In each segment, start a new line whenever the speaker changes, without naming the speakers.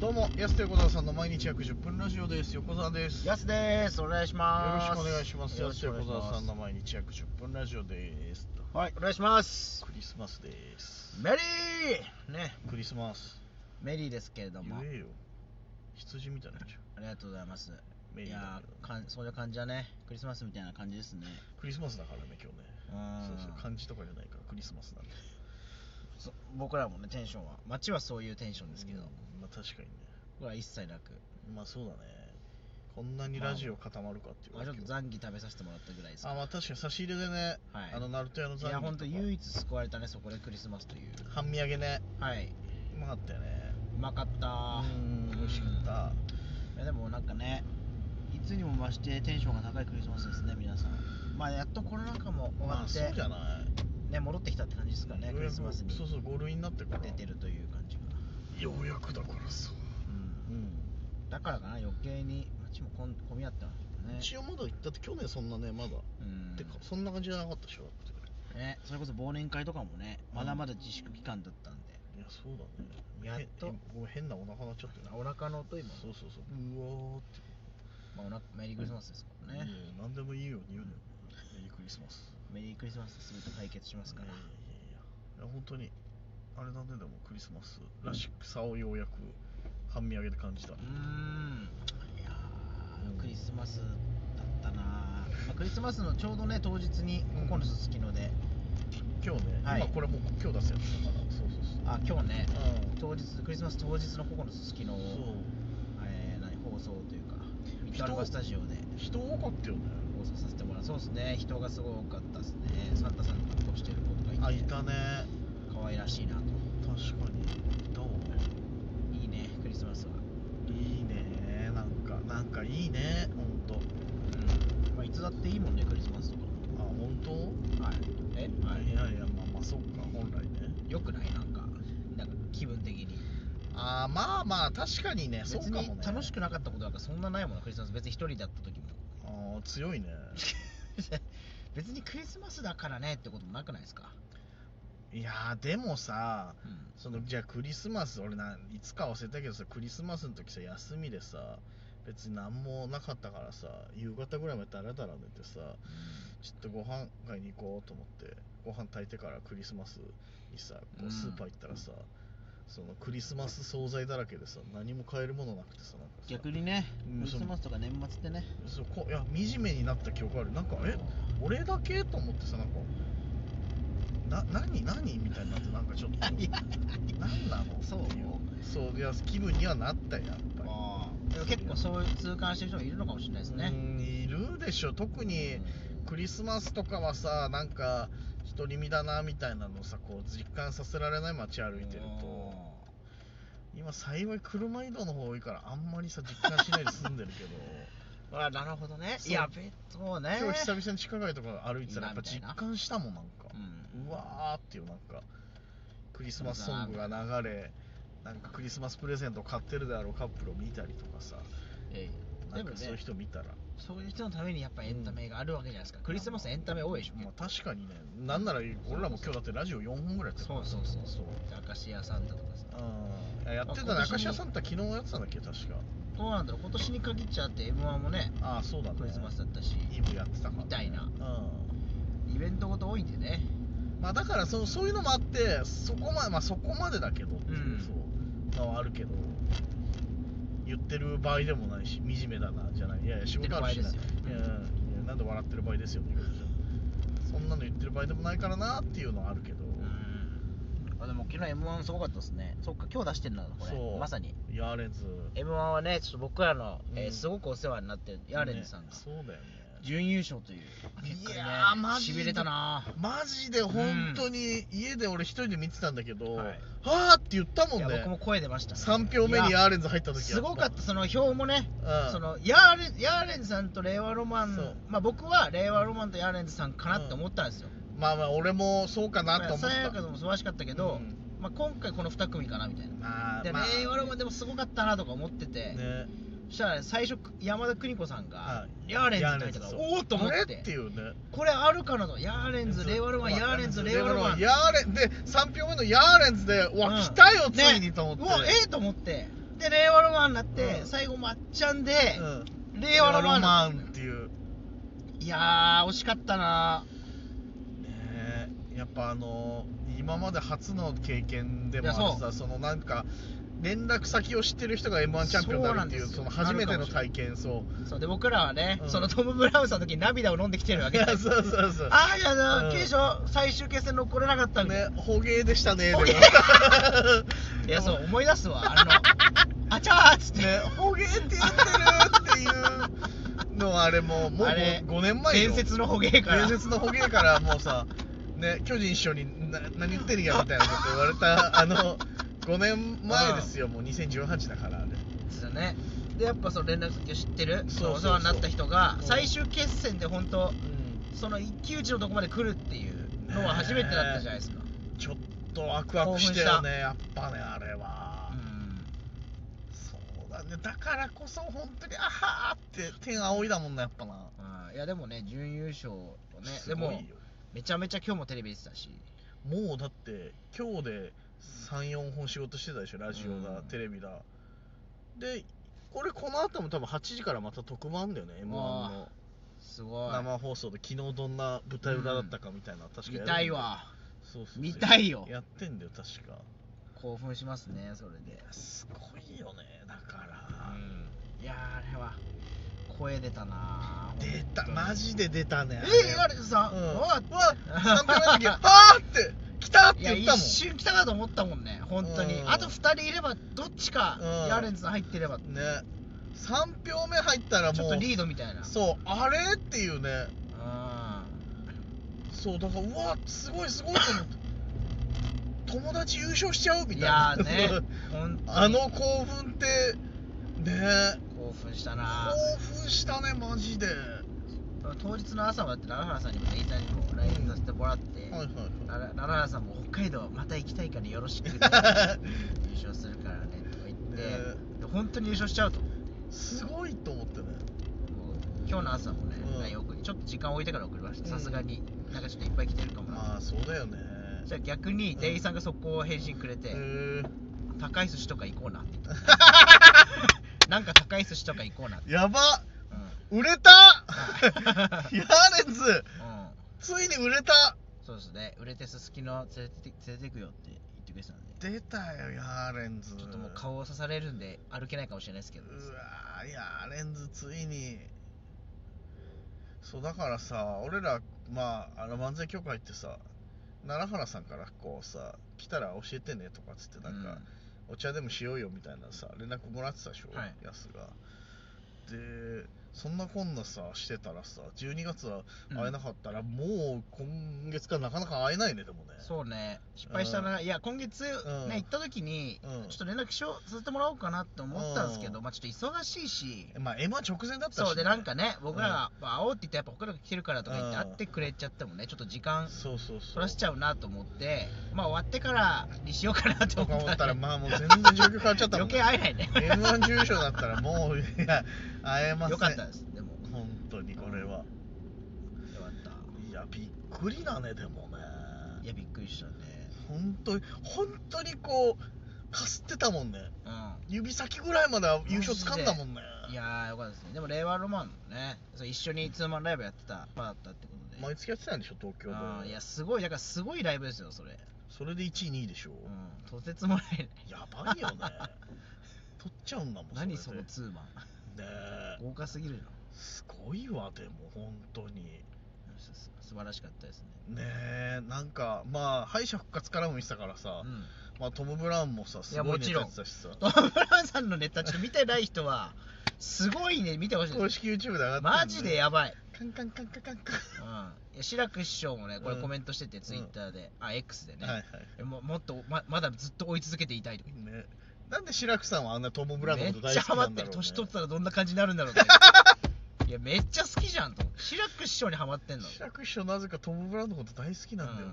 どうも、やすと横澤さんの毎日約10分ラジオです。横澤です。
やすです。お願いし
よろ
ま
し
す。
くお願いします。
よ
や
ろ
す
し
と
くお願
横
いします
澤さんの毎日約10分ラジオです。
はい、お願いします。
クリスマスです。
メリーね、
クリスマス。
メリーですけれど
言
も、
えよ。羊みたいなじゃん。
ありがとうございます。
メリ
い
ーだ
や
けど
ーかん、そういう感じだね。クリスマスみたいな感じですね。
クリスマスだからね、今日ね。
うん
そうそう、漢字とかじゃないから、クリスマスなんで。
そ僕らもね、テンションは。街はそういうテンションですけど、
うんまあ確かにね。
僕らは一切なく、
まあそうだね。こんなにラジオ固まるかっていう
まあ、ちょっと残機食べさせてもらったぐらいです
あ、まあ確かに差し入れでね、
はい
あの、ナルト屋の
い
残
や、ほんと唯
機と
一救われたね、そこでクリスマスという。
か、半身揚げね、
はい、
うまかったよね。
うまかった
うん、美味しかった。
いやでもなんかねいつにも増してテンションが高いクリスマスですね皆さんまあやっとコロナ禍も終
ま
わ
あ
って、
そうじゃない。
ね戻ってきたって感じですかね
ようやく
クリスマスに
そうそう、5類になってから。
出てるという感じが、
ようやくだからさ。
うん
うん。
だからかな余計に街もこん混み合ってますね
一応まだ行ったって、去年そんなね、まだ。
うん
てか、そんな感じじゃなかったでしょ。だって
ねそれこそ忘年会とかもねまだまだ自粛期間だったんで、
いや、そうだね。
やっと
へごめん変なお腹なっちゃったな。
お腹の音今、
そうそうそう。うわーって。
まあ、おなメリークリスマスですからね、
うん何でもいいように言うのよ。メリークリスマス。
メリークリスマスで全て解決しますから、
いやいやいやいや本当にあれだねでもクリスマスらしくさをようやく半身上げで感じた、
うーんいや
うん
ークリスマスだったな、まあ、クリスマスのちょうどね当日に
うん
ここのすすきので、
今日ね、
はい
今これもう今日出すやつだからそうそうそう
あ今日ね
うん
当日クリスマス当日のここのすすきの
そう
えー何放送というかミッドアルバスタジオで
人多かったよね
放送させてもらうそうですね人がすごかったですねサンタさんの格好してる子とかいて
あいたね
可愛らしいなと
確かにいたわ
いいねクリスマスは、
いいねなんかなんかいいねほんと
うんまあ、いつだっていいもんねクリスマスとか
あ本当、
もはいえはいい
やいやまあまあそっか本来ね
よくないなんかなんか気分的に
あーまあまあ確かにねそう
別
かも
に
ね
楽しくなかったことなんかそんなないもんなクリスマス別に一人だっ た時も
あー強い ね
別にクリスマスだからねってこともなくないですか、
いやーでもさ
うん
そのじゃあクリスマス俺ないつか忘れたけどさクリスマスの時さ休みでさ別に何もなかったからさ夕方ぐらいまでだらだら寝てさちょっとご飯買いに行こうと思ってご飯炊いてからクリスマスにさこ
う
うんスーパー行ったらさ、そのクリスマス惣菜だらけでさ何も買えるものなくてさなんかさ
逆にね
うん
クリスマスとか年末ってね
そうこういや惨めになった記憶あるなんかえ俺だけと思ってさなんかな何何みたいになってなんかちょっと何なの
そう
っていそういや気分にはなったよやっぱり
あーでも結構そういう痛感してる人もいるのかもしれないです
う
ね
んいるでしょ特にクリスマスとかはさなんか独り身だなみたいなのをさこう実感させられない街歩いてると今幸い車移動の方多いからあんまりさ実感しないで済んでるけど
うんあなるほどね
そう
いや別そうね
今日久々に地下街とか歩いてたらやっぱ
い
実
いなみたいな
感したもんなんか、
うん
うわーっていうなんかクリスマスソングが流れなんかクリスマスプレゼントを買ってるであろうカップルを見たりとかさ
ええ
な
で
ん
も
かそういう
ね
人見たら、
そういう人のためにやっぱエンタメがあるわけじゃないですか、クリスマスエンタメ多いでしょ、
まあ、確かにねなんなら俺らも今日だってラジオ4本ぐらいやってたか
そ
ら
うそうそう
そう
明石家サンタとかさ
うんいややってた
あ今
ね明
年も
石家サンタ昨日やってたんだっけ確か
どうなんだろう今年に限っちゃって m 1もね
ああそうだね
クリスマスだったし
イブやってたから、
みたいな
う
イベントごと多いんでね
んまあだからそうそういうのもあってそこまでまあそこまでだけどっていう、
うん
そうのはあるけど言ってる場合でもないし惨めだなじゃないいやいや仕事あるしな
言ってる場合ですよ
いやいやいやなんで笑ってる場合ですよねそんなの言ってる場合でもないからなっていうのはあるけど、
あでも昨日 m 1すごかったですねそっか今日出してるんだなこ
そう
れまさに
やれず
m 1はねちょっと僕らの、えー
うん
すごくお世話になってるヤーレンズさんが、
ねそうだよね
準優勝という結果
い
でね
やーマジ
し
で
びれたな
マジで本当に家で俺一人で見てたんだけど、
はい
はあって言ったも
い
ん
や僕も
ね
声出ました、
3票目に
いや
ヤーレンズ入った時
すごかったその票もね、
うん
そのヤーレンヤーレンズさんと令和ロマン
そう
まあ僕は令和ロマンとヤーレンズさんかなって思ったんですよ、
まあまあ俺もそうかなと思った、
まあさやかでも素晴らしかったけど、
うん
まあ、今回この2組かなみたいな、
まあ
で
まあ
令和ロマンでもすごかったなとか思ってて、
ね
そしたら、最初山田邦子さんが「ヤーレンズ」って書いてたから
ヤーレンズ
おおっと思っ
これ
て
っていうね
これあるかなとヤーレンズ令和ロマンヤーレンズ令和ロマン
ヤーレンで3票目のヤーレンズでうわ、
うん
来たよついにと思って、
ねうわええと思ってで令和ロマンになって、
うん
最後まっちゃんで、
うん
令和ロマン
令和ロ
になっ
マンっていう
ていやー惜しかったな
ねえやっぱあの今まで初の経験でもあ
いや
る
そ
さそのなんか連絡先を知ってる人が m 1チャンピオンになるっていうそ
そう
の
なんですよ
初めて
なる
の
かもしれない
体験そう
そうで僕らはね、
うん
そのトム・ブラウンさんの時に涙を飲んできてるわ
い
けで
や
す
そうそうそう
ああいやだ、
うん
決勝最終決戦残れなかったん
ね
で、
捕芸でしたねでも
捕鯨 いやそう思い出すわあの あちゃーっつって、
ね捕芸って言ってるっていうのはあれもうもう
あれ
5年前よ
伝説の捕鯨か
伝
ら
説の捕鯨からもうさね巨人師匠にな何言ってるんやみたいなこと言われ たあの5年前ですよもう2018だからあれ
ですよねでやっぱその連絡先を知ってる
そうそうそう
お世話になった人が
うん
最終決戦で本当
う
その一騎打ちのとこまで来るっていうのは初めてだったじゃないですか、
んちょっとワクワクしたよねやっぱねあれは、
う
そうだねだからこそ本当にあはーって天仰いだもんなやっぱな、
んあーいやでもね準優勝とね
す
で
ごい
も
よ
めちゃめちゃ今日もテレビ出てたし
もうだって今日で34本仕事してたでしょラジオだ、
うん
テレビだでこれこの後も多分8時からまた特番だよね m 1
うわ
の
すごい
生放送で昨日どんな舞台裏だったかみたいな、確か
見
やるんだよ
たいわ
そうそうそう
見たいよ
やってんだよ確か
興奮しますねそれで
すごいよねだから、
うんいやーあれは声出たな
出たマ
で
ジで出たね
えっ
あ
あれさ、
うん
う
わ
わ
っ3回目 の時あーって来たって
いや
言っ
一
たもん
瞬来たかと思ったもんね本当に
うん
あと2人いればどっちか
うん
ヤーレンズさん入ってれば
ね3票目入ったらもう
ちょっとリードみたいな
そうあれっていうね
うん
そうだからうわすごいすごいと思って友達優勝しちゃうみたい
い
な
やーね本当 に
あの興奮ってね
興奮した
興
な
奮したねマジでは
当日の朝もだって奈良原さんにもインスタにも LINE させてもらって、
いはいは
奈良奈良原さんも北海道また行きたいからよろしくって優勝するからねとか言っ
ね
て、で本当に優勝しちゃうとも
いすごいと思ってね
う今日の朝もね
うん
LINE、送りちょっと時間置いてから送りました
うん
さすがになんかちょっといっぱい来てるかもな、
まあそうだよね
じゃあ逆に店員さんがそこを返信くれて、
へー
高い寿司とか行こうなって 言ったなんか高い寿司とか行こうなって、
やば
うん
売れた
は
ヤーレンズ
うん、
ついに売れた
そうですね売れてすすきの連れて連れてくよって言ってくれてたんで
出たよヤーレンズ
ちょっともう顔を刺されるんで歩けないかもしれないですけど
うわーいやーレンズついにそうだからさ俺らまああの漫才協会ってさ奈良原さんからこうさ来たら教えてねとかっつってなんか、お茶でもしようよみたいなさ連絡もらってたでしょ、
はい
やすがでそんなこんなさしてたらさ12月は
うん
会えなかったら、もう今月からなかなか会えないねでもね
そうね失敗したな、いや今月ね、
うん
行った時に、
うん
ちょっと連絡しようさせてもらおうかなって思ったんですけど、
うん
まあちょっと忙しいし
まあ M は直前だったしね、
そうでなんかね僕らが、まあ会おうって言ってやっぱ他の来てるからとか言って会ってくれちゃってもねちょっと時間
そうそうそう
そらしちゃうなと思ってまあ終わってからにしようかなと
とか
思
思
っ
った
た
ら
ら
まあもう全然状況変わっちゃったもん
余計会えないね
m 1重賞だったらもういや会えません
よかったですでもよ
本当にこれは
かった
いやびっくりだねでもね
いやびっくりしたね
本当に本当にこうかすってたもんね
うん
指先ぐらいまでは優勝つかんだもんね
いやーよかったですねでも令和ロマンのねそう一緒にツーマンライブやってたパーだったってことで
毎月やってたんでしょ東京
あー
で
いやすごいだからすごいライブですよそれ、
それで1位2位でしょ、
うん、とてつもないね
やばい よね取っちゃうんだもん
何
そ
そ
れで
のツーマ
ね
ン
え
豪華すぎるの
すごいわでも本当に
すす素晴らしかったです
ね
ね
えなんかまあ敗者復活からも見てたからさ、
うん
まあ、トム・ブラウンもさす
や
ごい
も
ネ
ち
タ
ろん
やってたしさ
トム・ブラウンさんのネタちょっと見てない人はすごいね見てほしい
公
です
式 YouTube で上がってんのね
マジでやばい,、
カンカンカンカンカンカン、
うん、いや志らく師匠もねこれ
うん
コメントしてて、ツイッターであ X でね、
はいはい
えももっとままだずっと追い続けていたいと
ねなんで白くさんはあんなトム・ブラウンのこと
め
大
っち
好
ゃ
き
ハマ
な
っ
ん
て
だろ
る
う、ね、
年取ったらどんな感じになるんだろうね いやめっちゃ好きじゃんと思って志らく師匠にハマってんの、
白く師匠なぜかトム・ブラウンのこと大好きなんだよな、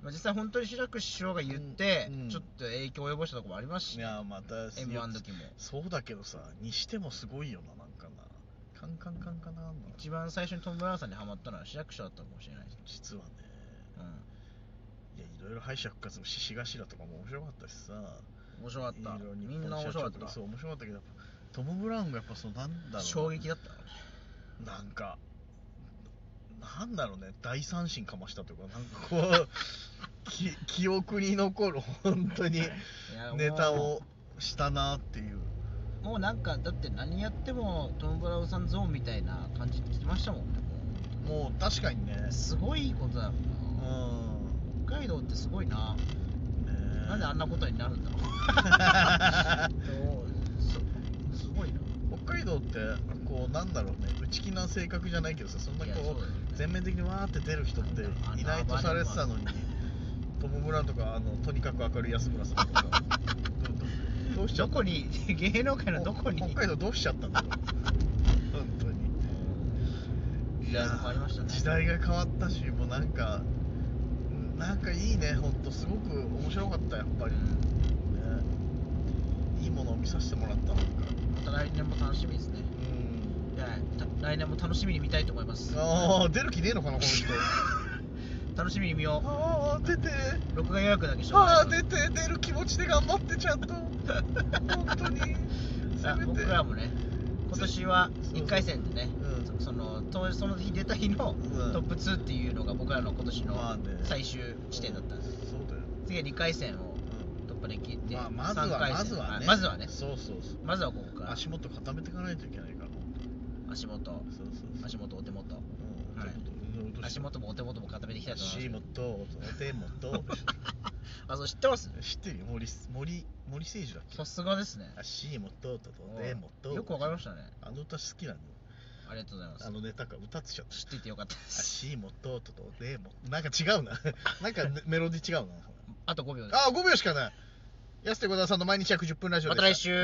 まあ、実際本当に志らく師匠が言って、
うんうん
ちょっと影響を及ぼしたとこもありますし、
い
ね、
やまた
m 1の時も
そうだけどさにしてもすごいよななんかなカンカンカンカンカンな
一番最初にトム・ブラウンさんにハマったのは志らく師匠だったかもしれないです、
実はね
うん
いやいろいろ敗者復活の獅子頭とかも面白かったしさ
面白かった
色に
みんな面白か
ポ
っ
ンシャチョコ
た
そう面白かったけどやっぱトム・ブラウンがやっぱそのなんだろうな
衝撃だった
なんかなんだろうね大三振かましたというかなんかこ うき記憶に残る本当に
いやもう
ネタをしたなっていう
もうなんかだって何やってもトム・ブラウンさんゾーンみたいな感じってきてましたもんね
もう確かにね
すごいことだ
う
ろうなん北海道ってすごいな
ねえ
なんであんなことになるん だろうそうすごいな
北海道ってこうなんだろうね内気な性格じゃないけどさそんない
やそう
こ
だよね
う全面的にわーって出る人っていないとされてたのにトム・ブラウンとかあのとにかく明るい安村さんと かどどどうしちゃ
ど
った
こに芸能界のどこに
北海道どうしちゃったんだろう本当に
時代が変わりましたね
時代が変わったしもうなんかなんかいいね本当すごく面白かったやっぱり、ねいいものを見させてもらったなんか
また来年も楽しみですね
うん
いやた来年も楽しみに見たいと思います
ああ出る気ねえのかなこの人
楽しみに見よ
ああ出て
う録画予約だけしとか
ああ
ない
出
と
て出る気持ちで頑張ってちゃんと本当にせ
あ
めて
僕らもね今年は
そう
1回戦でね
うん
そその当その日出た日の
うん
トップ2っていうのが僕らの今年の
まあね
最終地点だったんで
そうだよ、
次は2回戦を
う
突破でき
ん
て
まあ、まずは
3回戦
まずはね
あまずはね
そうそうそう
まずはここから
足元固めていかないといけないから
足元
そうそうそう
足元お手元
うん
はい
ちょっと
足元もお手元も固めていきたいと思
足
いま
元お手元
すあそう知ってます
知ってるよ森す森森誠樹だっけ
さすがですね
足元とお手元
よくわかりましたね
あの歌好きなの
ありがとうございます
あのネタか歌ってちゃった
知っててよかったです
足元とお手元なんか違う ななんかねメロディ違うな
あと5秒です
あ5秒しかない安手小沢さんの毎日約10分ラジオ
ま
でした
来週